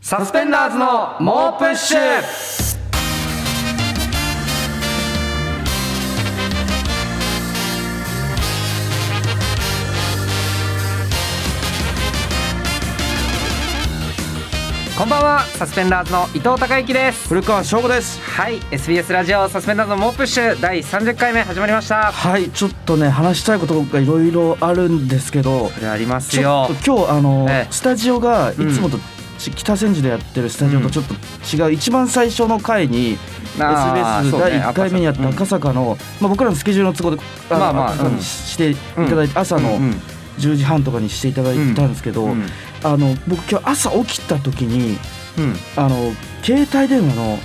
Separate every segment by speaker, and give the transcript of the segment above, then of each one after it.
Speaker 1: サスペンダーズの猛プッシュこんばんはサスペンダーズの伊藤孝之です
Speaker 2: 古川翔吾です
Speaker 1: はい SBS ラジオサスペンダーズの猛プッシュ第30回目始まりました
Speaker 2: はいちょっとね話したいことがいろいろあるんですけど
Speaker 1: それあります
Speaker 2: ちょ
Speaker 1: よ
Speaker 2: っと今日あの、
Speaker 1: ええ
Speaker 2: スタジオがい
Speaker 1: うん
Speaker 2: つもと、ち北千住でやってるスタジオとちょっと違う、一番最初の回に SBS 第1回目にやった赤坂の、まあ、僕らのスケジュールの都合での
Speaker 1: まあまあ
Speaker 2: 赤坂
Speaker 1: うん
Speaker 2: にしていただいて、朝の10時半とかにしていただいたんですけど、あの僕今日朝起きた時にあの携帯電話の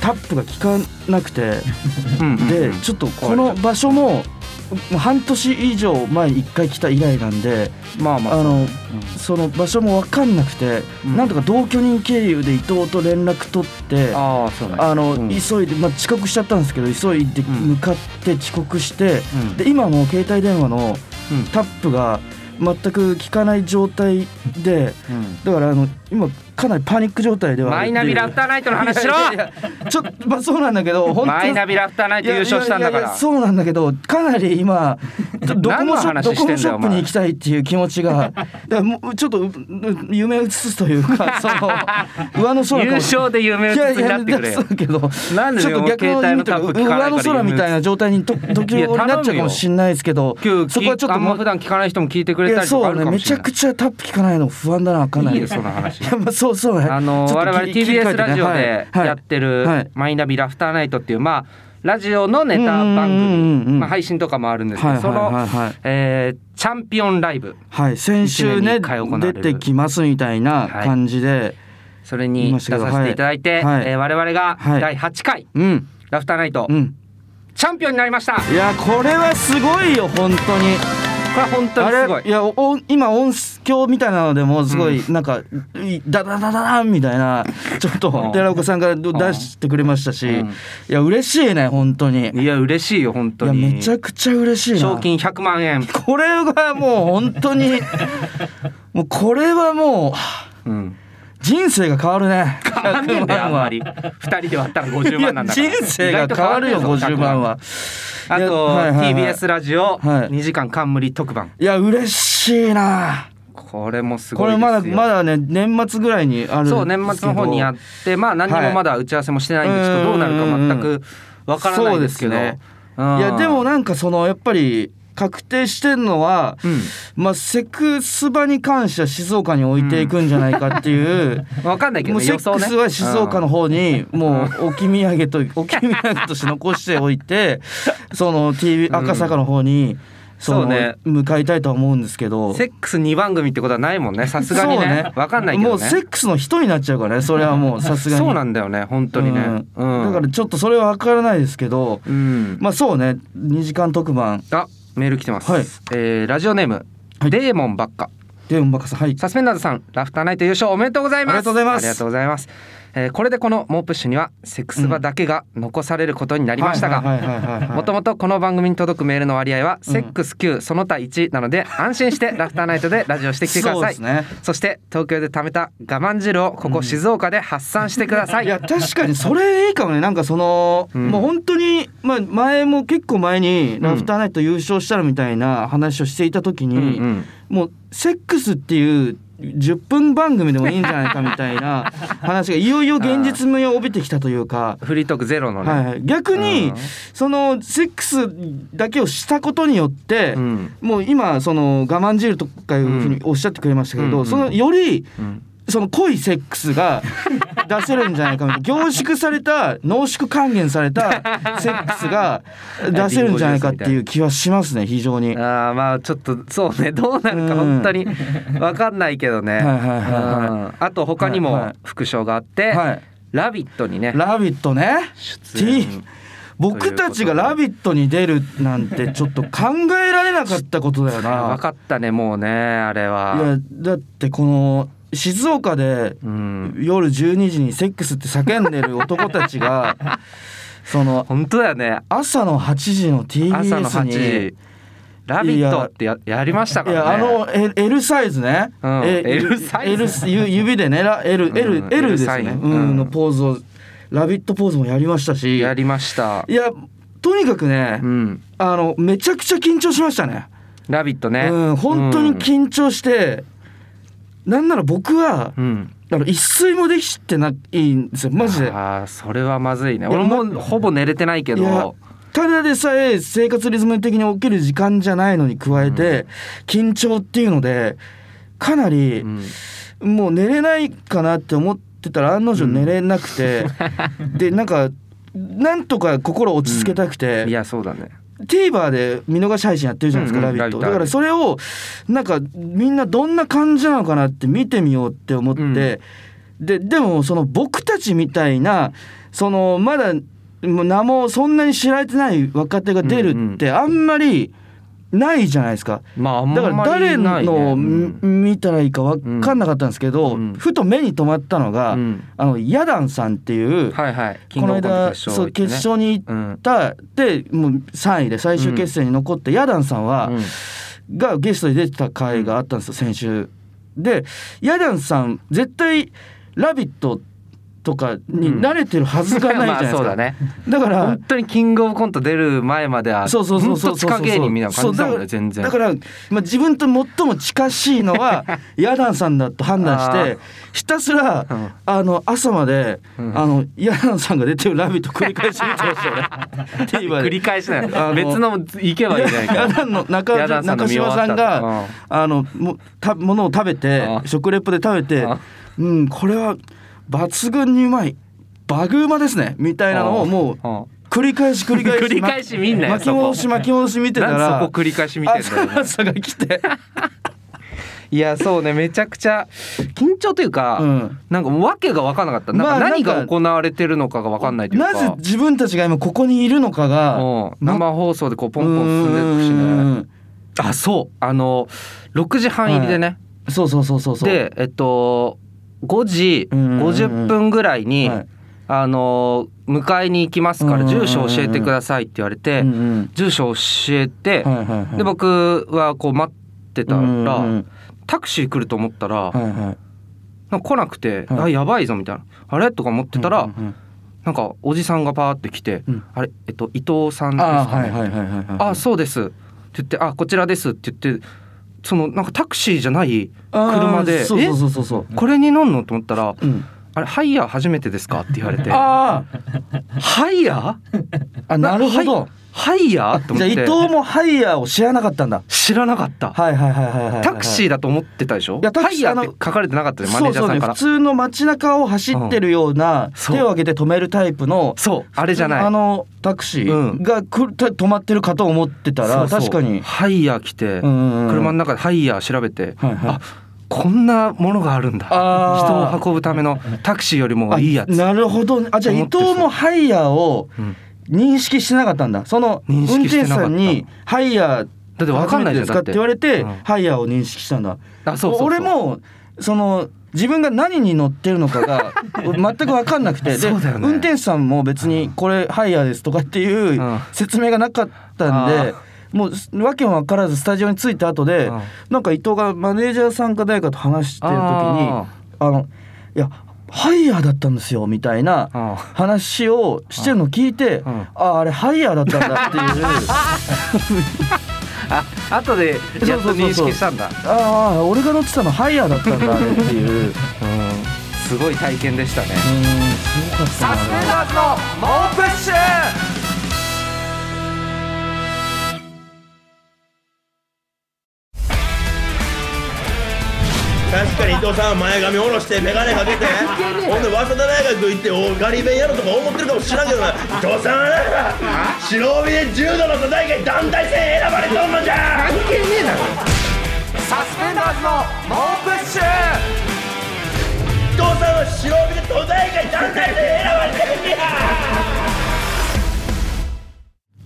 Speaker 2: タップが効かなくて。でちょっとこの場所ももう半年以上前に1回来た以来なんで
Speaker 1: まあまあ
Speaker 2: あのその場所も分かんなくて、
Speaker 1: うん
Speaker 2: なんとか同居人経由で伊藤と連絡取って
Speaker 1: あ
Speaker 2: あ
Speaker 1: あそうね
Speaker 2: の、
Speaker 1: うん
Speaker 2: 急いで、まあ、遅刻しちゃったんですけど急いで
Speaker 1: うん
Speaker 2: 向かって遅刻して、
Speaker 1: うん
Speaker 2: で今もう携帯電話の
Speaker 1: うん
Speaker 2: タップが全く効かない状態でだからあの今かなりパニック状態ではあ
Speaker 1: マ
Speaker 2: る
Speaker 1: イ
Speaker 2: ってい
Speaker 1: ナビ
Speaker 2: う
Speaker 1: ラフターナイトの話しろ
Speaker 2: いやいやいやちょっとまあそうなんだけど本当に
Speaker 1: マイナビラフターナイト優勝したんだか
Speaker 2: いやいやいや
Speaker 1: ら
Speaker 2: そうなんだけどかなり今どドコ
Speaker 1: 何の
Speaker 2: モショッ
Speaker 1: 話
Speaker 2: プド
Speaker 1: して
Speaker 2: コ
Speaker 1: んだよ
Speaker 2: モショップ
Speaker 1: お前
Speaker 2: に行きたいっていう気持ち がだからもうちょっとうう夢を移すというか そ
Speaker 1: 優
Speaker 2: の上の空かもしれない
Speaker 1: 勝で有名になってくれ
Speaker 2: いやいや
Speaker 1: よ
Speaker 2: そうけど
Speaker 1: なんで
Speaker 2: ちょっと逆
Speaker 1: 携帯のタッ
Speaker 2: の
Speaker 1: プ聞かな
Speaker 2: 意味というか
Speaker 1: いから
Speaker 2: 上の空みたいな状態にと時
Speaker 1: い
Speaker 2: 折
Speaker 1: や頼むよ
Speaker 2: なっちゃうかもしれないですけど
Speaker 1: 今日
Speaker 2: そこはちょっ
Speaker 1: あ
Speaker 2: と
Speaker 1: んま
Speaker 2: も
Speaker 1: 普段聞かない人も聞いてく
Speaker 2: い
Speaker 1: れた
Speaker 2: や
Speaker 1: りとかあ
Speaker 2: そう
Speaker 1: る
Speaker 2: ね
Speaker 1: かも
Speaker 2: め
Speaker 1: し
Speaker 2: ち
Speaker 1: れ
Speaker 2: ゃ
Speaker 1: な
Speaker 2: くちゃタップ聞かないの不安だなかない
Speaker 1: いい
Speaker 2: り
Speaker 1: よその話
Speaker 2: い やまあそうそうね
Speaker 1: あの
Speaker 2: ちょっと
Speaker 1: 我々
Speaker 2: 切り切り替え
Speaker 1: TBS
Speaker 2: てね
Speaker 1: ラジオで
Speaker 2: はいはい
Speaker 1: やって
Speaker 2: は
Speaker 1: る
Speaker 2: い
Speaker 1: 「マイナビラフターナイト」っていうまあラジオのネタ番
Speaker 2: うんうんうんう
Speaker 1: 組
Speaker 2: ん
Speaker 1: まあ配信とかもあるんですけ
Speaker 2: はい
Speaker 1: ど
Speaker 2: は
Speaker 1: そ
Speaker 2: いはい
Speaker 1: の
Speaker 2: はい
Speaker 1: えーチャンピオンライブ
Speaker 2: はい、先週
Speaker 1: 一年に
Speaker 2: ね
Speaker 1: 一回行われ
Speaker 2: 出
Speaker 1: る
Speaker 2: てきますみたいな感じで、
Speaker 1: それに出させていただいて
Speaker 2: 言いましたけ
Speaker 1: えー
Speaker 2: ど
Speaker 1: 我々が
Speaker 2: はい
Speaker 1: 第8回
Speaker 2: うん
Speaker 1: ラフターナイト
Speaker 2: うん
Speaker 1: チャンピオンになりましたこ
Speaker 2: いやこれはすごいよ本当に
Speaker 1: れは本当にすご
Speaker 2: あ
Speaker 1: い
Speaker 2: れいやおお今音響みたいなのでもすごいなんか、いダダダダダンみたいなちょっ
Speaker 1: うん
Speaker 2: と寺岡さんからど
Speaker 1: うん
Speaker 2: 出してくれましたし、
Speaker 1: うん
Speaker 2: いや嬉しいね本当に
Speaker 1: いや嬉しいよ本
Speaker 2: い
Speaker 1: 当
Speaker 2: や
Speaker 1: に
Speaker 2: めちゃくちゃ嬉しいな
Speaker 1: 賞金100万円、
Speaker 2: これがもう本 当にもうこれはもう
Speaker 1: うん、
Speaker 2: 人生が変わるね
Speaker 1: 変わんねえんだよあんまり2人で割ったら50
Speaker 2: いや
Speaker 1: 万なんだから
Speaker 2: 人生が変わるよ
Speaker 1: 意外と変わんねえぞ
Speaker 2: 50万は。
Speaker 1: あ
Speaker 2: いや
Speaker 1: と、
Speaker 2: はいはいはい
Speaker 1: TBS ラジオ
Speaker 2: はい
Speaker 1: 2時間冠特番、
Speaker 2: いや嬉しいな
Speaker 1: これもすご
Speaker 2: こ
Speaker 1: いで
Speaker 2: れ
Speaker 1: すよ
Speaker 2: まだまだね年末ぐらいにあるんですけど
Speaker 1: そう年末の方にやってまあ何にもまだ打ち合わせもしてないんで、
Speaker 2: はい
Speaker 1: ちょっとどうなるか全くわからないですけど
Speaker 2: そうですね
Speaker 1: うん
Speaker 2: いやでもなんかそのやっぱり確定してんのは、
Speaker 1: うん
Speaker 2: まあセクスバに関しては静岡に置いていくんじゃないかっ ていう、
Speaker 1: わかんないけど、
Speaker 2: もう
Speaker 1: ね、
Speaker 2: セ
Speaker 1: 予
Speaker 2: ッ
Speaker 1: 想
Speaker 2: ク
Speaker 1: ね
Speaker 2: スは静岡の方にもう置き土 産と置き土産として残しておいてその TV 赤坂の方にその
Speaker 1: そうね
Speaker 2: 向かいたいとは思うんですけど
Speaker 1: セックス2番組ってことはないもんねさすがに
Speaker 2: そう
Speaker 1: ねわ、かんないけどね
Speaker 2: もうセックスの人になっちゃうからねそれはもうさすがに
Speaker 1: そうなんだよね本当にね、
Speaker 2: うん
Speaker 1: うん
Speaker 2: だからちょっとそれは分からないですけど
Speaker 1: うん
Speaker 2: まあそうね2時間特番
Speaker 1: あメール来てます、
Speaker 2: はい
Speaker 1: えーラジオネーム、
Speaker 2: はい
Speaker 1: デーモンばっか
Speaker 2: でうんばかさんはい
Speaker 1: サスペンダーズさんラフターナイト優勝おめでとうございます
Speaker 2: ありがとうございます
Speaker 1: ありがとうございますえーこれでこの「モープッシュ」にはセックス場だけが残されることになりましたがもと
Speaker 2: も
Speaker 1: もとこの番組に届くメールの割合は
Speaker 2: うん
Speaker 1: セックス9その他1なので安心してラフターナイトでラジオしてきてくだ
Speaker 2: そう
Speaker 1: さ
Speaker 2: で
Speaker 1: い
Speaker 2: すね
Speaker 1: そして東京で貯めた我慢汁をここ静岡で発散してください
Speaker 2: いや確かにそれいいかもねなんかその、
Speaker 1: うん
Speaker 2: もう本当にまあ前も結構前に
Speaker 1: ん
Speaker 2: ラフターナイト優勝したらみたいな話をしていた時
Speaker 1: う
Speaker 2: に、
Speaker 1: んうん
Speaker 2: もうセックスっていう10分番組でもいいんじゃないかみたいな話がいよいよ現実味を帯びてきたというか、
Speaker 1: フリートークゼロのね、
Speaker 2: はいはい、逆に、
Speaker 1: うん
Speaker 2: そのセックスだけをしたことによって、
Speaker 1: うん
Speaker 2: もう今その我慢汁とかいうふうにおっしゃってくれましたけど、
Speaker 1: うん
Speaker 2: そのより
Speaker 1: うん
Speaker 2: その濃いセック スが出せるんじゃないかみたいな凝縮された濃縮還元さ れたセックスが出せるんじゃないかっていう気はしますね非常に。
Speaker 1: あーまあちょっとそうね どうなるか
Speaker 2: うん
Speaker 1: 本当に分かんないけどね
Speaker 2: はいはいはいはい
Speaker 1: うんあと他に
Speaker 2: はいは
Speaker 1: も
Speaker 2: い
Speaker 1: 副賞があって「
Speaker 2: はい、
Speaker 1: ラビット!」にね
Speaker 2: ラビットね
Speaker 1: 出演
Speaker 2: T 僕たちが「ラビット!」に出るなんてちょっと考えられなかったことだよな
Speaker 1: 分。かったねもうねあれ
Speaker 2: いや
Speaker 1: は。
Speaker 2: だってこの静岡で
Speaker 1: うん
Speaker 2: 夜12時にセックスって叫んでる男た ちがその
Speaker 1: 本当だよね
Speaker 2: 朝の8時の
Speaker 1: 朝の
Speaker 2: TBS
Speaker 1: 8
Speaker 2: に
Speaker 1: 時ラビット!」ってややりましたから
Speaker 2: ねいやあの L, L サイズね、
Speaker 1: うん、L サイズ
Speaker 2: L 指でね L, L,、うん、L ですね、うん、のポーズを「ラビット!」ポーズもやりましたし
Speaker 1: やりました
Speaker 2: いやとにかくね、うん、あのめちゃくちゃ緊張しましたね
Speaker 1: 「ラビットね」
Speaker 2: ね、うん、本当に緊張して、うん、なんなら僕は、うんだから一睡もできてないんですよマジで
Speaker 1: ああそれはまずいね俺もほぼ寝れてないけど
Speaker 2: ただでさえ生活リズム的に起きる時間じゃないのに加えて、緊張っていうのでかなり、もう寝れないかなって思ってたら案の定寝れなくて、うん、でなんかなんとか心落ち着けたくて、
Speaker 1: うん、いやそうだね
Speaker 2: TVer で見逃し配信やってるじゃないですか「うんうん、ラビット!」だからそれをなんかみんなどんな感じなのかなって見てみようって思って、うん、ででもその僕たちみたいなそのまだ名もそんなに知られてない若手が出るってあんまりないじゃないですか、
Speaker 1: まあ、
Speaker 2: だから誰のを見たらいいか分かんなかったんですけど、ふと目に留まったのが、あのヤダンさんっていう、
Speaker 1: はいはい、
Speaker 2: この間そう決勝に行った、でもう3位で最終決戦に残ってヤダンさんは、がゲストで出てた回があったんですよ先週。でヤダンさん絶対「ラビット!」とかに慣れてるはずがないじゃ ないですか。うん、
Speaker 1: だ,ね、
Speaker 2: だから
Speaker 1: 本当にキングオブコント出る前まではそうそうそうそう地下芸人みたいな感じだもんね全然。
Speaker 2: だからまあ自分と最も近しいの はヤダンさんだと判断してひたすら、うん、あの朝まで、うん、あのヤダンさんが出てるラビット繰り返し見てましたよね。
Speaker 1: 繰り返しなの。別の行けばいいじゃないか。
Speaker 2: ヤ ダンの中ダン中島さんが、あのもたものを食べて食レポで食べて、うんこれは。抜群にうまいバグ馬ですねみたいなのをもう繰り返し繰り返し
Speaker 1: 繰り返しみんな
Speaker 2: 巻き戻し巻き戻し見てたら
Speaker 1: そこ繰り返し見て
Speaker 2: んだ朝が来 て
Speaker 1: いやそうねめちゃくちゃ緊張というか、うん、なんか訳が分かんなかった、まあ、何が行われてるのかが分かんないというか
Speaker 2: なぜ自分たちが今ここにいるのかが、、
Speaker 1: うん、生放送でこうポンポン進んでいくしねあそうあの6時半入りでね、はい
Speaker 2: そうそうそうそうそう
Speaker 1: でえっと5時50分ぐらいに、あの迎えに行きますから住所教えてくださいって言われて、住所教えて、で僕はこう待ってたら、タクシー来ると思ったら、なんか来なくて、あやばいぞみたいなあれとか思ってたら、なんかおじさんがパーって来て、あれえっと伊藤さんですかねあそうですって言ってあこちらですって言って。そのなんかタクシーじゃない車で「えこれに乗んの?」と思ったら「うん、あれハイヤー初めてですか?」って言われて「
Speaker 2: あ
Speaker 1: ハイヤー?」
Speaker 2: あなるほど
Speaker 1: ハイヤーと思って
Speaker 2: 伊藤もハイヤーを知らなかったんだ
Speaker 1: 知らなかった
Speaker 2: はいはいはいはい、はい、
Speaker 1: タクシーだと思ってたでしょいやタクシーって書かれてなかったねマネージャーさんから、
Speaker 2: ね、普通の街中を走ってるような、うん、手を挙げて止めるタイプの
Speaker 1: そうあれじゃない
Speaker 2: あのタクシーがく、うん、止まってるかと思ってたら確かに
Speaker 1: ハイヤー来て、車の中でハイヤー調べて、はいはい、あこんなものがあるんだ人を運ぶためのタクシーよりもいいやつ
Speaker 2: なるほど、ね、あじゃあ伊藤もハイヤーを、うん認識してなかったんだその運転手さんに「ハイヤー
Speaker 1: だって分かんない
Speaker 2: ですか?」って言われて、うん、ハイヤーを認識したんだあそう俺もその自分が何に乗ってるのか が全く分かんなくてで、ね、運転手さんも別に「これハイヤーです」とかっていう説明がなかったんで。もう訳も分からずスタジオに着いた後で、うん、なんか伊藤がマネージャーさんか誰かと話してる時に「あのいやハイヤーだったんですよみたいな話をしてるのを聞いて、あ、うん、ああれハイヤーだったんだっていう
Speaker 1: あ後でやっと認識したんだ
Speaker 2: ああ俺が乗ってたのハイヤーだったんだっていう、うん、
Speaker 1: すごい体験でしたね
Speaker 2: うんすごかったなサスペンダーズの猛プッシュ
Speaker 3: 確かに伊藤さん前髪下ろして眼鏡かけてほんで早稲田大学行っておガリ弁やろとか思ってるかもしれんけどな伊藤さんはな白帯で柔道の都大会団体戦選ばれとんのじゃ
Speaker 2: 関係ねえだろサスペンダーズの猛プッシュ
Speaker 3: 伊藤さんは白帯で都大会団体戦選ばれてるんじ
Speaker 1: ゃ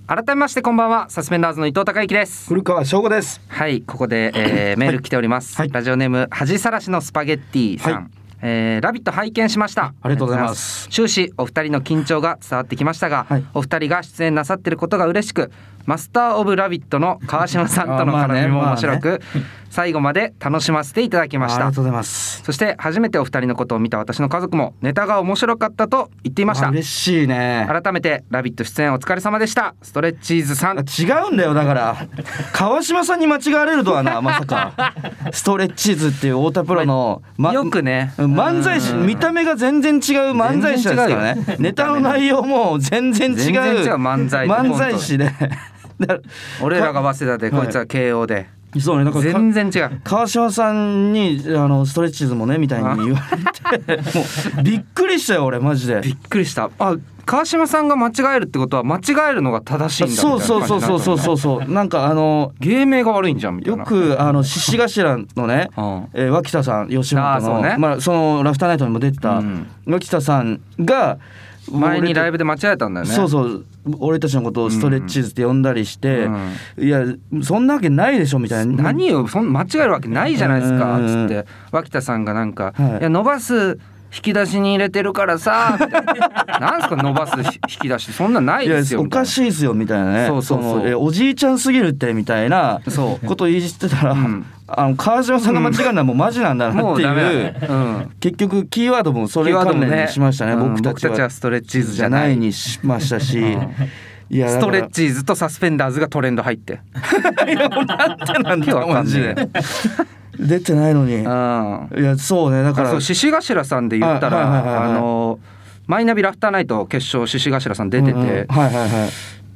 Speaker 1: 改めましてこんばんはサスペンダーズの伊藤孝之です
Speaker 2: 古川翔吾です
Speaker 1: はいここで、えー、メール来ております、はい、ラジオネーム恥さらしのスパゲッティさん、はいえー、ラビット拝見しました
Speaker 2: ありがとうございます
Speaker 1: 終始お二人の緊張が伝わってきましたが、はい、お二人が出演なさってることが嬉しくマスター・オブ・ラビットの川島さんとの絡みも面白く最後まで楽しませていただきました
Speaker 2: ありがとうございます
Speaker 1: そして初めてお二人のことを見た私の家族もネタが面白かったと言っていました
Speaker 2: 嬉しいね
Speaker 1: 改めて「ラビット!」出演お疲れ様でしたストレッチーズさん
Speaker 2: 違うんだよだから川島さんに間違われるとは なまさかストレッチーズっていう太田プロの、
Speaker 1: ま、よくね
Speaker 2: 漫才師見た目が全然違う漫才師ですからねネタの内容も全然違う
Speaker 1: 漫才
Speaker 2: 漫才師 で、
Speaker 1: 俺らが早稲田でこいつは慶応で、はい
Speaker 2: そうね、だから
Speaker 1: 全然違う
Speaker 2: 川島さんにあのストレッチーズもねみたいに言われて もうびっくりしたよ俺マジで
Speaker 1: びっくりしたあ川島さんが間違えるってことは間違えるのが正しいんだみ
Speaker 2: そうそうそうそうそうそうそうなんかあの
Speaker 1: 芸名が悪いんじゃんみたい
Speaker 2: なよくあの獅子頭のね、うん、えー、脇田さん吉本の、ね、まあ、そのラフターナイトにも出てた、うん、脇田さんが
Speaker 1: 前にライブで間違えたんだよね
Speaker 2: そうそう俺たちのことをストレッチーズって呼んだりして、うんうん、いやそんなわけないでしょみたいな
Speaker 1: 何をそん間違えるわけないじゃないですかっつって脇田さんがなんか、はい、いや伸ばす引き出しに入れてるからさ なんすか伸ばす引き出しそんなないですよ
Speaker 2: おかしいですよみたいなねそうそうそうえおじいちゃんすぎるってみたいなこと言いしてたら、うん、あの川島さんが間違えるのはもうマジなんだなっていう,うんうねうん、結局キーワードもそれ関連にしましたね、ね、僕た
Speaker 1: ちはストレッチーズじゃない
Speaker 2: にしましたし。
Speaker 1: いやストレッチーズとサスペンダーズがトレンド入って
Speaker 2: いやもうなんてなんだよマジで。出てないのに、うん、いやそうねだから
Speaker 1: 獅子頭さんで言ったら、はいはい、あのマイナビラフターナイト決勝獅子頭さん出てて、うんうんはいはいはい、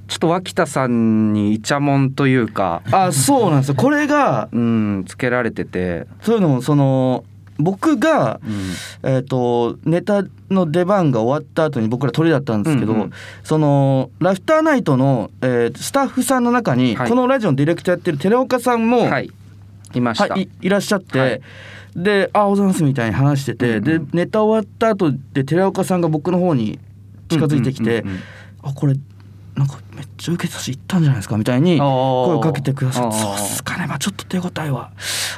Speaker 1: ちょっと脇田さんにイチャモンというか
Speaker 2: あそうなんですよこれが
Speaker 1: うんつけられてて
Speaker 2: そういうのもその僕が、うん、えっ、ー、とネタの出番が終わった後に僕ら鳥だったんですけど、うんうん、そのラフターナイトの、えー、スタッフさんの中に、はい、このラジオのディレクターやってる寺岡さんも、はい、、
Speaker 1: いました、はい
Speaker 2: いらっしゃって、はい、で「あおざいます」みたいに話してて、うんうん、でネタ終わった後で寺岡さんが僕の方に近づいてきて「うんうんうんうん、あこれなんかめっちゃ受けたし行ったんじゃないですか」みたいに声をかけてくださって「そうっすかね、まあ、ちょっと手応えは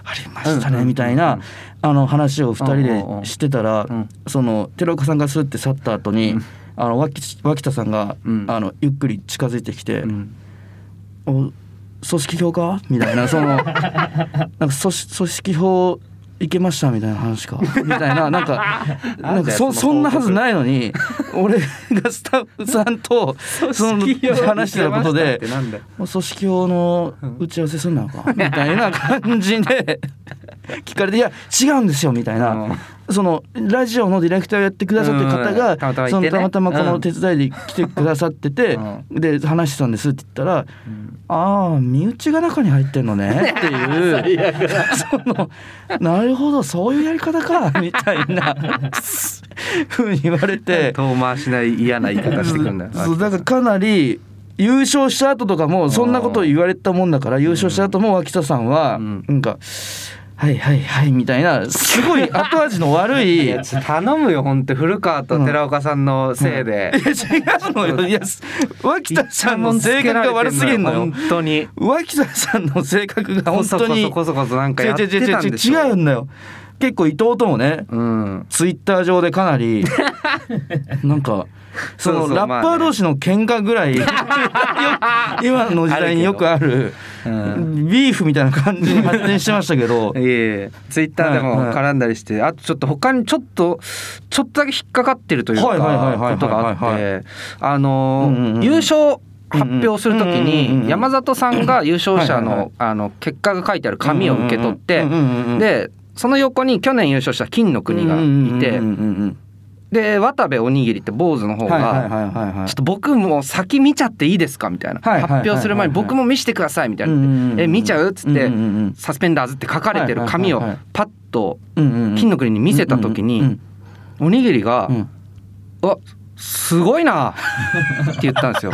Speaker 2: ありましたね」うんうん、みたいなあの話を2人でしてたら、うん、その寺岡さんがスッて去った後に、うん、あの脇脇田さんが、うん、あのゆっくり近づいてきて「お組織票かみ たいなそのなんか組織票いけましたみたいな話 かみたいななんかなんかそそんなはずないのに俺がスタッフさん とその話してたことで組織票の打ち合わせするのか みたいな感じで聞かれて「いや違うんですよ」みたいな、うんそのラジオのディレクターをやってくださってる方が、うんたまたまね、そのたまたまこの手伝いで来てくださってて、 うん、で話してたんですって言ったら「うん、ああ身内が中に入ってんの ね」っていうその「なるほどそういうやり方か」みたい なふうに言われて
Speaker 1: 遠回しない嫌な言い方してくるんだよ。
Speaker 2: そうだからかなり優勝した後とかもそんなことを言われたもんだから優勝した後も脇田さんはなんか。はいはいはいみたいなすごい後味の 悪いい
Speaker 1: 頼むよほんと古川と寺岡さんのせいで、
Speaker 2: うんうん、いや違うの よいや脇田さんの性格が悪すぎるのよ
Speaker 1: 本当に
Speaker 2: 脇田さんの性格が本当に
Speaker 1: こそこそなんかやってたんで
Speaker 2: しょ違うんだよ結構伊藤ともね、うん、ツイッター上でかなりなんかそのラッパー同士の喧嘩ぐらい今の時代によくあるビーフみたいな感じに発展してましたけど
Speaker 1: いえツイッターでも絡んだりして、はいはい、あとちょっと他にちょっとちょっとだけ引っかかってるというかことがあってあの優勝発表するときに山里さんが優勝者のあの結果が書いてある紙を受け取ってでその横に去年優勝した金の国がいて。で渡部おにぎりって坊主の方が「ちょっと僕も先見ちゃっていいですか?」みたいな、はいはい、発表する前に「僕も見してください」みたいな「うんうんうん、え見ちゃう?」っつって「サスペンダーズ」って書かれてる紙をパッと金の国に見せた時におにぎりが「あすごいな」って言ったんです よ。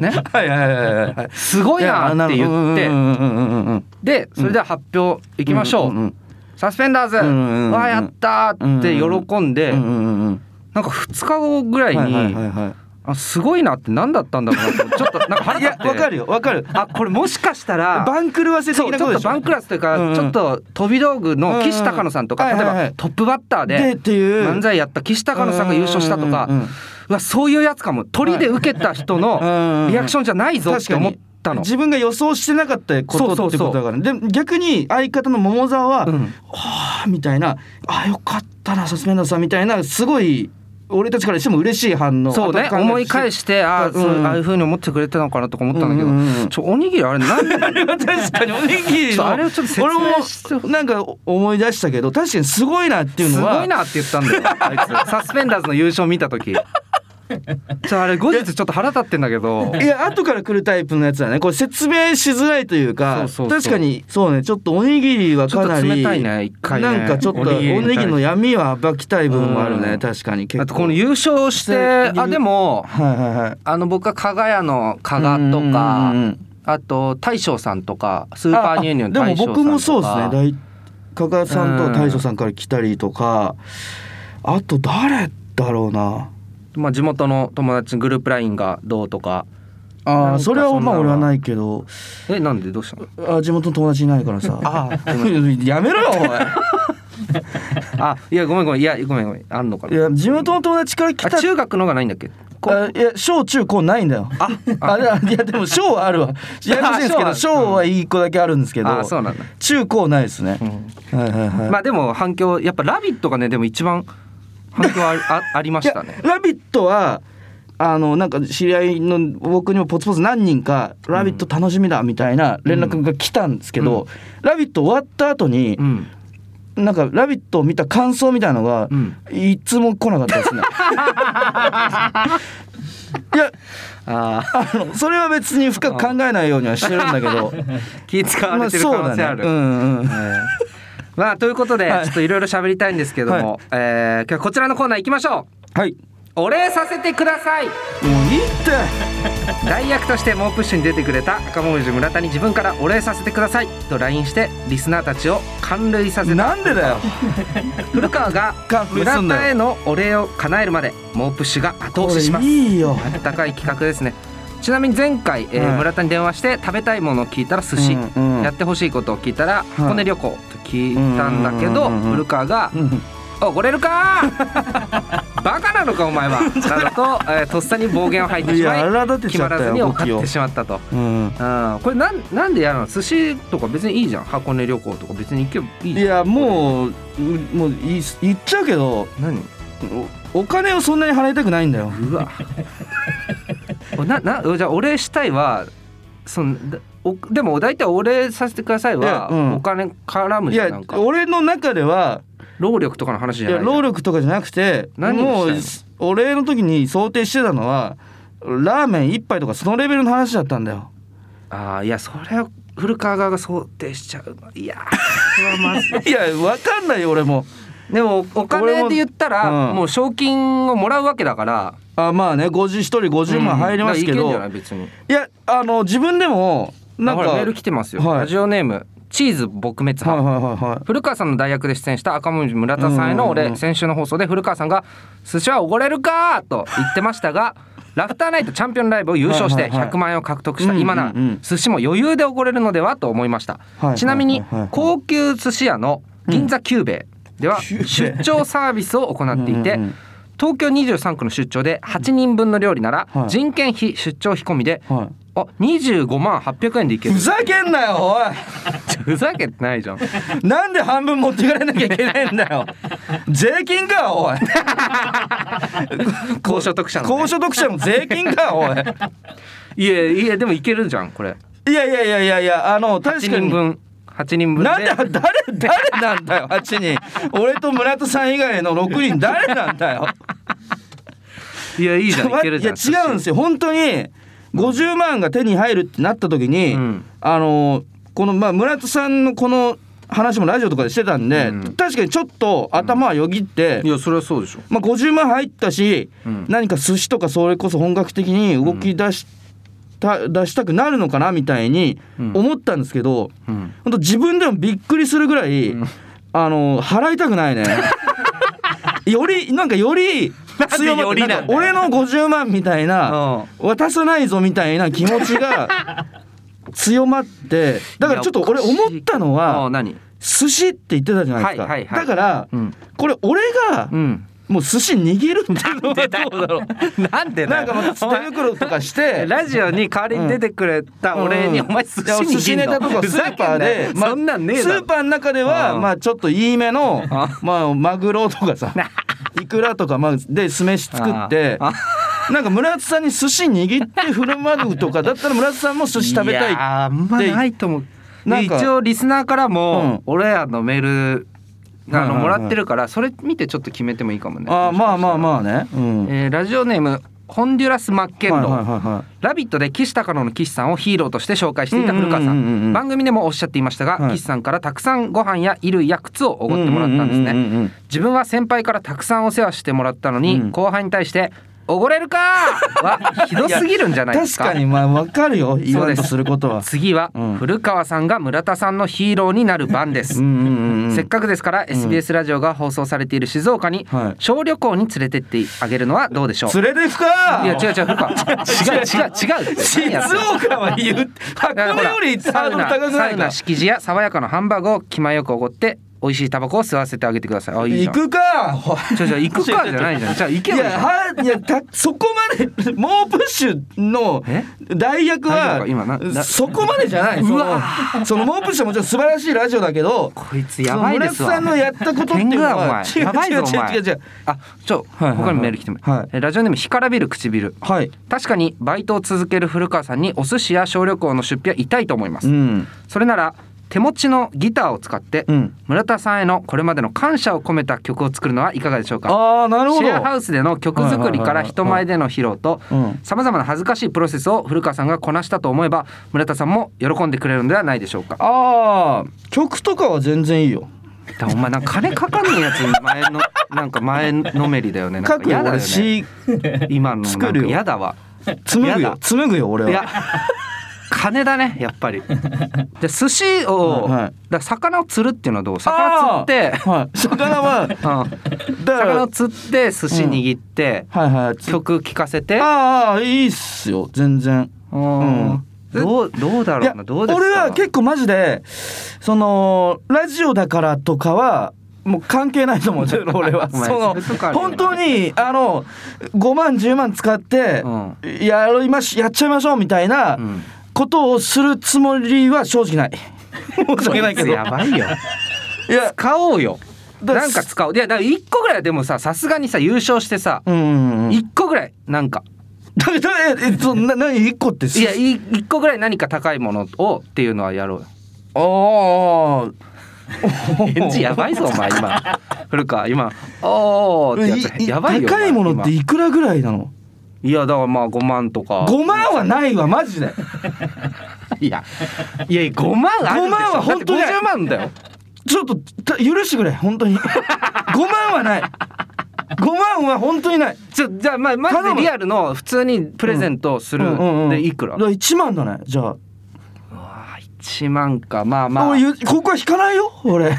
Speaker 1: ね、
Speaker 2: はいはいはいはい、
Speaker 1: すごいなって言ってでそれでは発表いきましょう。うんうんうんサスペンダーズ、うんうんうん、わあやったって喜んで、うんうんうん、なんか2日後ぐらいに、はいはいはいはい、あすごいなって何だったんだろうなってちょっとなんか腹立って
Speaker 2: いやわかるよわかる
Speaker 1: あこれもしかした ら
Speaker 2: バンクルわせ的
Speaker 1: なことでしょちょっとバンクラスというか、うんうん、ちょっと飛び道具の岸高野さんとか、うんうん、例えば、はいはいはい、トップバッターで漫才やった岸高野さんが優勝したとか、うんうんうん、うわそういうやつかも鳥で受けた人のリアクションじゃないぞって思って。ったの
Speaker 2: 自分が予想してなかったことってことだから、ね、で逆に相方の桃沢は「うん、はあ」みたいな「あよかったなサスペンダーさん」みたいなすごい俺たちからしても嬉しい反応
Speaker 1: そうね思い 返してああ,、うん、ああいうふうに思ってくれてたのかなとか思ったんだけど、うんうんうん、ちょおにぎりあれ何
Speaker 2: 確かにおにぎりの
Speaker 1: あれをちょっと説明して
Speaker 2: 俺もなんか思い出したけど確かにすごいなっていうのは
Speaker 1: すごいなって言ったんだよ あいつサスペンダーズの優勝見た 時。じゃあれ後日ちょっと腹立ってんだけど
Speaker 2: いや後から来るタイプのやつだねこれ説明しづらいというか確かにそうねちょっとおにぎりはかなり
Speaker 1: 冷たいね一回、
Speaker 2: ね、なんかちょっとおにぎりの闇は暴きたい部分もあるね確かに
Speaker 1: 結構この優勝してあでも、はいはいはい、あの僕は加賀屋の加賀とかあと大将さんとかスーパーニューニューの
Speaker 2: 大将さんとかでも僕もそうですね加賀さんと大将さんから来たりとかあと誰だろうな
Speaker 1: まあ、地元の友達グループ LINE がどうとか
Speaker 2: ああそれはまあ俺はないけど
Speaker 1: えなんでどう した
Speaker 2: のあ地元の友達いないから さ
Speaker 1: あ
Speaker 2: やめろよおい
Speaker 1: あいやごめんごめんいやごめんごめんあんのかない
Speaker 2: や地元の友達から来た
Speaker 1: 中学のがないんだっけ
Speaker 2: あいや小中高ないんだよ。あ、 あいやでも小 はあるわ。ややこしいんですけど、小はいい子だけあるんですけど。
Speaker 1: そうなんだ。
Speaker 2: 中高ないですね。うん、はいはいはい。
Speaker 1: まあでも反響やっぱラビットがねでも一番反響あありましたね。
Speaker 2: ラビットはあのなんか知り合いの僕にもポツポツ何人か「ラビット楽しみだ」みたいな連絡が来たんですけど「うん、ラビット!」終わった後に、うん、なんか「ラビット!」を見た感想みたいのが、うん、いつも来なかったですね。いやあのそれは別に深く考えないようにはしてるんだけ ど
Speaker 1: 気使われてる可能性ある。まあ、そうだねうんうんまあということで、はい、ちょっといろいろ喋りたいんですけども、はい、えー、今日はこちらのコーナー行きましょ
Speaker 2: う。はい。
Speaker 1: お礼させてください。も
Speaker 2: ういいって。
Speaker 1: 代役として猛プッシュに出てくれた赤もみじ村田に自分からお礼させてくださいと LINE してリスナーたちを感涙させた
Speaker 2: なんでだよ
Speaker 1: 古川が村田へのお礼を叶えるまで猛プッシュが後押しします
Speaker 2: いいよ
Speaker 1: あったかい企画ですねちなみに前回、えー、村田に電話して食べたいものを聞いたら寿司、うんうん、やってほしいことを聞いたら箱根旅行と聞いたんだけど、古川が「おごれるか バカなのかお前 は」などと、えー、とっさに暴言を吐いてしまい決まらずに怒ってしまったと、うん、うん、これなんなんでやるの寿司とか別にいいじゃん箱根旅行とか別に行けばいい
Speaker 2: じゃんいやもうもうい言っちゃうけど
Speaker 1: 何
Speaker 2: お金をそんなに払いたくないんだよ
Speaker 1: うわ ななじゃあお礼したいはそのおでも大体お礼させてくださいは、うん、お金絡むじゃんなんか
Speaker 2: 俺の中では
Speaker 1: 労力とかの話じゃない
Speaker 2: いや労力とかじゃなくて
Speaker 1: 何
Speaker 2: もうお礼の時に想定してたのはラーメン一杯とかそのレベルの話だったん だよ
Speaker 1: ああいやそれは古川側が想定しちゃうい や
Speaker 2: いや分かんないよ俺も。
Speaker 1: でもお金で言ったら、うん、もう賞金をもらうわけだから
Speaker 2: あまあね50一人50万入りますけど、う
Speaker 1: い,
Speaker 2: ん、いやあの自分でもなんか
Speaker 1: メール来てますよ、はい、ラジオネームチーズ撲滅派、はいはい、古川さんの代役で出演した赤文字村田さんへのお礼、うんうん、先週の放送で古川さんが「寿司はおごれるか!」と言ってましたが ラフターナイトチャンピオンライブを優勝して100万円を獲得した今なら寿司も余裕でおごれるのではと思いました、ちなみに高級寿司屋の銀座久兵衛、では 出張サービスを行っていてうん、東京23区の出張で8人分の料理なら人件費、はい、出張費込みで、はい、あ25万800円でいける
Speaker 2: ふざけんなよおい
Speaker 1: ふざけてないじゃん
Speaker 2: なんで半分持っていかれなきゃいけないんだよ税金かおい
Speaker 1: 高所得者の、
Speaker 2: ね、高所得者も税金かおい
Speaker 1: いやいやでもいけるじゃんこれ
Speaker 2: いやいやいやいやいやあの確かに
Speaker 1: 分8人分
Speaker 2: なんだ誰誰なんだよ8人俺と村田さん以外の6人誰なんだよ
Speaker 1: いやいいじゃんいける
Speaker 2: じゃんいや違うんですよ本当に50万が手に入るってなった時に、うん、あのこの、まあ、村田さんのこの話もラジオとかでしてたんで、うん、確かにちょっと頭はよぎって、
Speaker 1: うん、いやそれはそうでしょ、
Speaker 2: まあ、50万入ったし、何か寿司とかそれこそ本格的に動き出して。た出したくなるのかなみたいに思ったんですけど、うん、うん、本当自分でもびっくりするぐらい、うん、あの払いたくない ねよりなんかより
Speaker 1: 強まってなん
Speaker 2: 俺の50万みたいな、うん、渡さないぞみたいな気持ち が強まってだからちょっと俺思ったのは寿司って言ってたじゃないですか、はいはいはい、だから、これ俺がもう寿司握るみたいなのは
Speaker 1: でだよ
Speaker 2: どうだろう
Speaker 1: なんでだ
Speaker 2: なん
Speaker 1: よ
Speaker 2: かもう手袋とかして
Speaker 1: ラジオに代わりに出てくれた俺に
Speaker 2: う
Speaker 1: お
Speaker 2: ん
Speaker 1: 前寿司
Speaker 2: いや
Speaker 1: 握
Speaker 2: 寿司
Speaker 1: んの
Speaker 2: ネタとか
Speaker 1: ふ
Speaker 2: ス
Speaker 1: ざ
Speaker 2: ー
Speaker 1: け
Speaker 2: パーで、
Speaker 1: なよそんなんねえ
Speaker 2: ス
Speaker 1: だ
Speaker 2: ー
Speaker 1: ろ
Speaker 2: パーの中では
Speaker 1: うん
Speaker 2: まあちょっといいめのまあマグロとか さイクラとかまあで酢飯作って
Speaker 1: あ
Speaker 2: なんか村津さんに寿司握って振る舞うとかだったら村津さんも寿司食べたい
Speaker 1: いやーあんまないと思う
Speaker 2: なん
Speaker 1: で
Speaker 2: か
Speaker 1: 一応リスナーからも
Speaker 2: うん
Speaker 1: 俺らのメールあの
Speaker 2: はいはい
Speaker 1: も
Speaker 2: は
Speaker 1: ら
Speaker 2: い
Speaker 1: ってるからそれ見てちょっと決めてもいいかもね
Speaker 2: あーまあまあまあねうん
Speaker 1: えーラジオネームホンデュラス・マッケンロー、
Speaker 2: はいはいはいはい
Speaker 1: ラビット!」で岸隆乃の岸さんをヒーローとして紹介していた古川さん,、
Speaker 2: うんうんうんうん
Speaker 1: 番組でもおっしゃっていましたが、
Speaker 2: はい
Speaker 1: 岸さんからたくさんご飯や衣類や靴をおごってもらったんですね、
Speaker 2: うんうんうんうんうん
Speaker 1: 自分は先輩からたくさんお世話してもらったのに、
Speaker 2: うん
Speaker 1: 後輩に対して「おごれるか!」はひどすぎるんじゃないですか
Speaker 2: 確かにまあわかるよ言わんとすることは
Speaker 1: 次は
Speaker 2: うん
Speaker 1: 古川さんが村田さんのヒーローになる番です、
Speaker 2: うんうんうんうん
Speaker 1: せっかくですから SBS ラジオが放送されている静岡に
Speaker 2: はい
Speaker 1: 小旅行に連れてってあげるのはどうでしょう、
Speaker 2: 連れてくか
Speaker 1: いや違う違う古川違う違う違う
Speaker 2: 静岡は言う箱
Speaker 1: だからほ
Speaker 2: 根
Speaker 1: ら
Speaker 2: より
Speaker 1: サ
Speaker 2: ハー
Speaker 1: ウ
Speaker 2: ドル
Speaker 1: ナ
Speaker 2: 高く
Speaker 1: サ
Speaker 2: な
Speaker 1: ウ
Speaker 2: い
Speaker 1: ナ
Speaker 2: か
Speaker 1: 敷地や爽やかなハンバーグを気前よくおごって美味しいタバコを吸わせてあげてくださいあいいじ
Speaker 2: 行
Speaker 1: ゃん
Speaker 2: くか
Speaker 1: じゃあじゃあ行くかじゃないじ ゃんじゃあ行
Speaker 2: い
Speaker 1: けばいいじ
Speaker 2: や
Speaker 1: ゃん
Speaker 2: はいやたそこまで猛プッシュの
Speaker 1: え
Speaker 2: 代役
Speaker 1: 大丈
Speaker 2: は
Speaker 1: 夫か今な
Speaker 2: そこまでじゃないそのその猛プッシュはもちろん素晴らしいラジオだけど
Speaker 1: こいつやばいですわ
Speaker 2: その村田さんのやったことっていう
Speaker 1: 天
Speaker 2: の
Speaker 1: 狗だお
Speaker 2: は
Speaker 1: 前やばいぞお前
Speaker 2: 違う違う違う違う
Speaker 1: あちょ
Speaker 2: はいはいはい
Speaker 1: 他にメール来ても
Speaker 2: はい
Speaker 1: えラジオネーム干からびる唇
Speaker 2: はい
Speaker 1: 確かにバイトを続ける古川さんにお寿司や小旅行の出費は痛いと思いま
Speaker 2: う
Speaker 1: す、
Speaker 2: ん
Speaker 1: それなら手持ちのギターを使って
Speaker 2: うん
Speaker 1: 村田さんへのこれまでの感謝を込めた曲を作るのはいかがでしょうか
Speaker 2: ああなるほ
Speaker 1: シ
Speaker 2: ど
Speaker 1: ェアハウスでの曲作り
Speaker 2: は
Speaker 1: か
Speaker 2: いはいはい
Speaker 1: ら
Speaker 2: はい
Speaker 1: 人前での披露と
Speaker 2: うん
Speaker 1: さまざまな恥ずかしいプロセスを古川さんがこなしたと思えば村田さんも喜んでくれるのではないでしょうか
Speaker 2: ああ曲とかは全然いいよ
Speaker 1: だお前なんか金かかんねえやつに前のなんか前のめりだよねな
Speaker 2: 書
Speaker 1: んか
Speaker 2: くよ
Speaker 1: やだよ
Speaker 2: 俺
Speaker 1: ね
Speaker 2: 詩
Speaker 1: 今のな
Speaker 2: 作
Speaker 1: ん
Speaker 2: る
Speaker 1: か
Speaker 2: よ
Speaker 1: やだわ
Speaker 2: 紡ぐ
Speaker 1: や
Speaker 2: よ
Speaker 1: だ
Speaker 2: 紡ぐよ俺はい
Speaker 1: や金だねやっぱりじゃあ寿司を、
Speaker 2: はいはい
Speaker 1: だから魚を釣るっていうのはどう魚釣って、
Speaker 2: はい、魚はだか
Speaker 1: うん、魚
Speaker 2: ら
Speaker 1: を釣って寿司握って、
Speaker 2: はいはいつ
Speaker 1: 曲聴かせて
Speaker 2: ああいいっすよ全然
Speaker 1: うん
Speaker 2: うん
Speaker 1: どうどうだ
Speaker 2: い
Speaker 1: ろ
Speaker 2: や
Speaker 1: うなどうですか
Speaker 2: 俺は結構マジでそのラジオだからとかはもう関係ない と思う俺は
Speaker 1: お前
Speaker 2: その
Speaker 1: そういうとこあるよな
Speaker 2: 本当にあの5万10万使って
Speaker 1: うん
Speaker 2: やりましやっちゃいましょうみたいな
Speaker 1: うん
Speaker 2: ことをするつもりは正直ない申し訳ないけどい
Speaker 1: やばいよ
Speaker 2: や
Speaker 1: 使おうよ
Speaker 2: だ
Speaker 1: なんか使おういやだから1個ぐらいはでもささすがにさ優勝してさ、
Speaker 2: うんうんうん
Speaker 1: 一1個ぐらいなんか
Speaker 2: だだえそんな何1個って
Speaker 1: いやい1個ぐらい何か高いものをっていうのはやろうよ
Speaker 2: あ あ
Speaker 1: 返事やばいぞお前今古川 今「おー」ってやつ
Speaker 2: い
Speaker 1: やばいよ
Speaker 2: 高いものって
Speaker 1: 今
Speaker 2: いくらぐらいなの
Speaker 1: いやだからまあ5万とか
Speaker 2: 5万はないわマジで
Speaker 1: いやいや5万あるでしょ
Speaker 2: 5万は本当に
Speaker 1: だって50万だよ
Speaker 2: ちょっとた許してくれ本当に 5万はない5万は本当にない
Speaker 1: ちょじゃあまあま
Speaker 2: 頼
Speaker 1: ず
Speaker 2: む
Speaker 1: リアルの普通にプレゼントするでいくら
Speaker 2: だから1万だねじゃあ、
Speaker 1: あ1万かまあまあ
Speaker 2: おいゆここは引かないよ 俺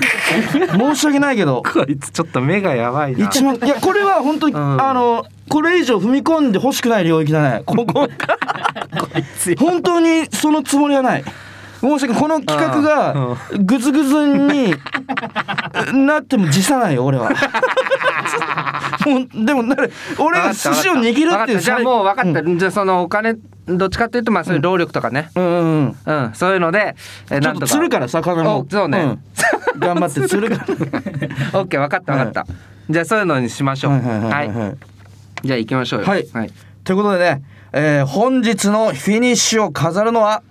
Speaker 2: 申し訳ないけど
Speaker 1: こいつちょっと目がやばいな
Speaker 2: 1万いやこれは本当に、
Speaker 1: ん
Speaker 2: あのこれ以上踏み込んで欲しくない領域だねここ本当にそのつもりはない申し訳この企画がグズグズ になっても辞さないよ俺はもうでもなる俺
Speaker 1: わか
Speaker 2: が
Speaker 1: った
Speaker 2: 寿司を握る
Speaker 1: わか
Speaker 2: っ
Speaker 1: って
Speaker 2: いう
Speaker 1: たじゃあ
Speaker 2: 最
Speaker 1: もう分かった、じゃあそのお金どっちかっていうとまあそういう労力とかね
Speaker 2: うんうんうん
Speaker 1: うん、そういうのでえ
Speaker 2: ち
Speaker 1: な
Speaker 2: ょ
Speaker 1: ん
Speaker 2: っ
Speaker 1: と
Speaker 2: と
Speaker 1: か
Speaker 2: 釣 るから魚
Speaker 1: お
Speaker 2: も
Speaker 1: そうね
Speaker 2: うん頑張って釣る から
Speaker 1: オッケー分かった分かった、じゃあそういうのにしましょう
Speaker 2: はいはいは
Speaker 1: は
Speaker 2: いはいいはい
Speaker 1: じゃあ行きましょうよ
Speaker 2: はいということでね、えー本日のフィニッシュを飾るのは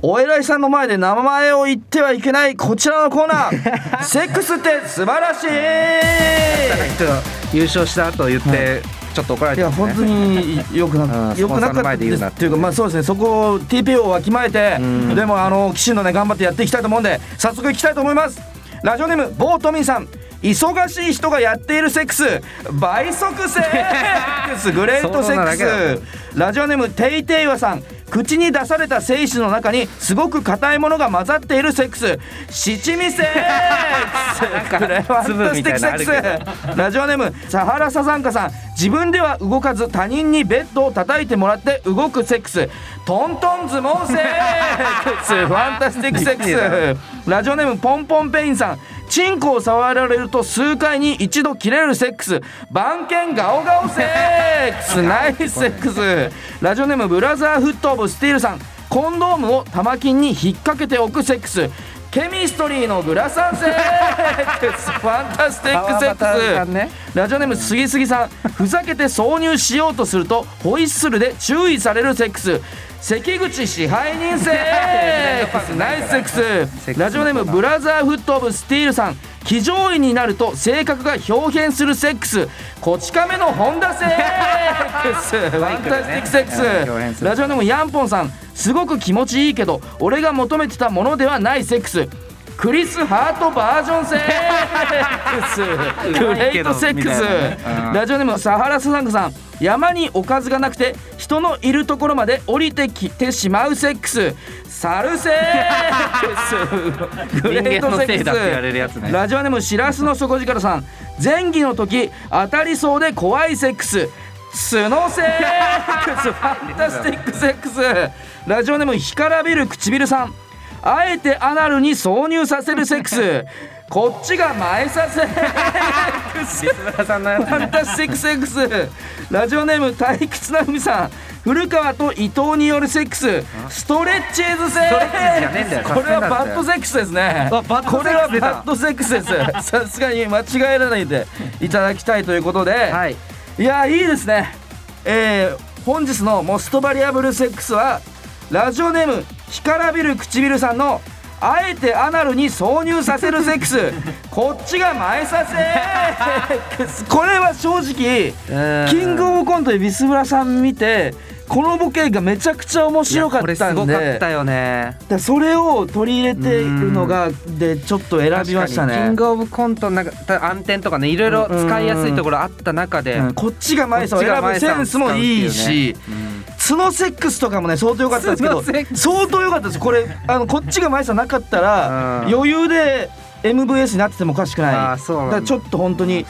Speaker 2: お偉いさんの前で名前を言ってはいけないこちらのコーナー「セックスって素晴らしい!
Speaker 1: ちょっと優勝した後言って、ちょっと怒ら」れ
Speaker 2: い
Speaker 1: て
Speaker 2: や
Speaker 1: ますね
Speaker 2: 本 当に良くな
Speaker 1: うん
Speaker 2: 良
Speaker 1: スポンサー
Speaker 2: くなか
Speaker 1: の
Speaker 2: った
Speaker 1: 前で
Speaker 2: で
Speaker 1: 言う
Speaker 2: す
Speaker 1: な
Speaker 2: っていうかまあそうですねそこを TPO をわきまえてでもあの岸のね頑張ってやっていきたいと思うんで早速いきたいと思いますラジオネームボートミンさん忙しい人がやっているセックス倍速セッ クスグレートセ
Speaker 1: 想像
Speaker 2: ック
Speaker 1: なだけだ
Speaker 2: スラジオネームテイテイワさん口に出された精子の中にすごく硬いものが混ざっているセックス七味セ ックスこれはファンタスティックセック
Speaker 1: 粒みたいなのある
Speaker 2: ス ラジオネームサハラサザンカさん自分では動かず他人にベッドを叩いてもらって動くセックストントン相撲セックスファンタスティックセックスラジオネームポンポンペインさんチンコを触られると数回に一度切れるセックス番犬ガオガオセックスナイスセックスラジオネームブラザーフットオブスティールさんコンドームを玉金に引っ掛けておくセックスケミストリーのグラサンセックスファンタスティックセックス、ね、ラジオネームすぎすぎさんふざけて挿入しようとするとホイッスルで注意されるセックス関口支配人セックス ナイスセックスラジオネームブラザーフットオブスティールさん騎乗位になると性格が表現するセックスこち亀のホンダセックス ファンタスティックセックスラジオネームヤンポンさんすごく気持ちいいけど俺が求めてたものではないセックスクリス・ハートバージョンセッ クスグレートセックス、ね、ラジオネームサハラスナンクさん山におかずがなくて人のいるところまで降りてきてしまうセックスサルセックス グレートセックス、ね、ラジオネームしらすの底力さん前儀の時当たりそうで怖いセックススノセックスファンタスティックセックスラジオネーム干からびる唇さんあえてアナルに挿入させるセックスこっちが前させファンタスティックセックスラジオネーム退屈な海さん古川と伊藤によるセックスストレッチーズセックスこれはバッドセックスですねこれはバッドセックスですさすがに間違えらないでいただきたいということで、はい、いやいいですねえー、本日のモストバリアブルセックスはラジオネーム干からびる唇さんのあえてアナルに挿入させるセック スこっちが前させこれは正直キングオブコントでビスブラさん見てこのボケがめちゃくちゃ面白かったんで
Speaker 1: よね
Speaker 2: それを取り入れているのがでちょっと選びましたね
Speaker 1: キングオブコントなんか暗転とかねいろいろ使いやすいところあった中で、、
Speaker 2: こっちが前さを選ぶセンスもいいし、角セックスとかもね相当良かったんですけど相当良かったですこれあのこっちが前さなかったら余裕で MVS になっててもおかしくないあそうだちょっと本当に、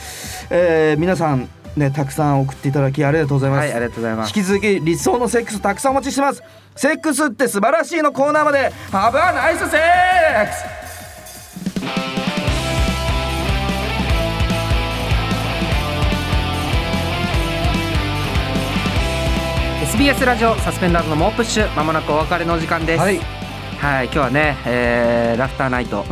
Speaker 2: えー、皆さんねたくさん送っていただきありがとうございます、は
Speaker 1: あ
Speaker 2: い
Speaker 1: りがとうございます
Speaker 2: 引き続き理想のセックスたくさんお待ちしてますセックスって素晴らしいのコーナーまでハブはナイスセックス
Speaker 1: ラジオサスペンダーズの猛プッシュまもなくお別れの時間ですはい、はい、今日はね、えー、ラフターナイト、うん、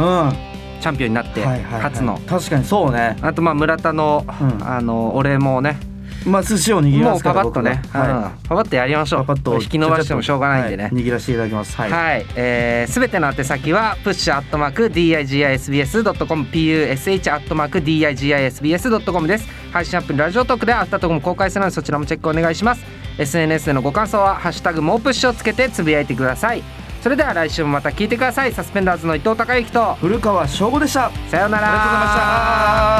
Speaker 1: チャンピオンになって初の、はいはいはい、
Speaker 2: 確かにそうね
Speaker 1: あとまあ村田の,うん、あのお礼もね
Speaker 2: まあ寿司を握りますから
Speaker 1: もうパパッとね、はい、パパッとやりましょうパパッと引き伸ばしてもしょうがないんでね、はい、
Speaker 2: 握らせていただきます
Speaker 1: はい、はい、えー、全ての宛先はプッシュアットマーク digisbs.com push アットマーク digisbs.com です配信アップにラジオトークでアフタートークも公開するのでそちらもチェックお願いします SNS でのご感想は「ハッシュタグもうプッシュ」をつけてつぶやいてくださいそれでは来週もまた聞いてくださいサスペンダーズの伊藤孝之と
Speaker 2: 古川翔吾でした
Speaker 1: さようなら
Speaker 2: ありがとうございました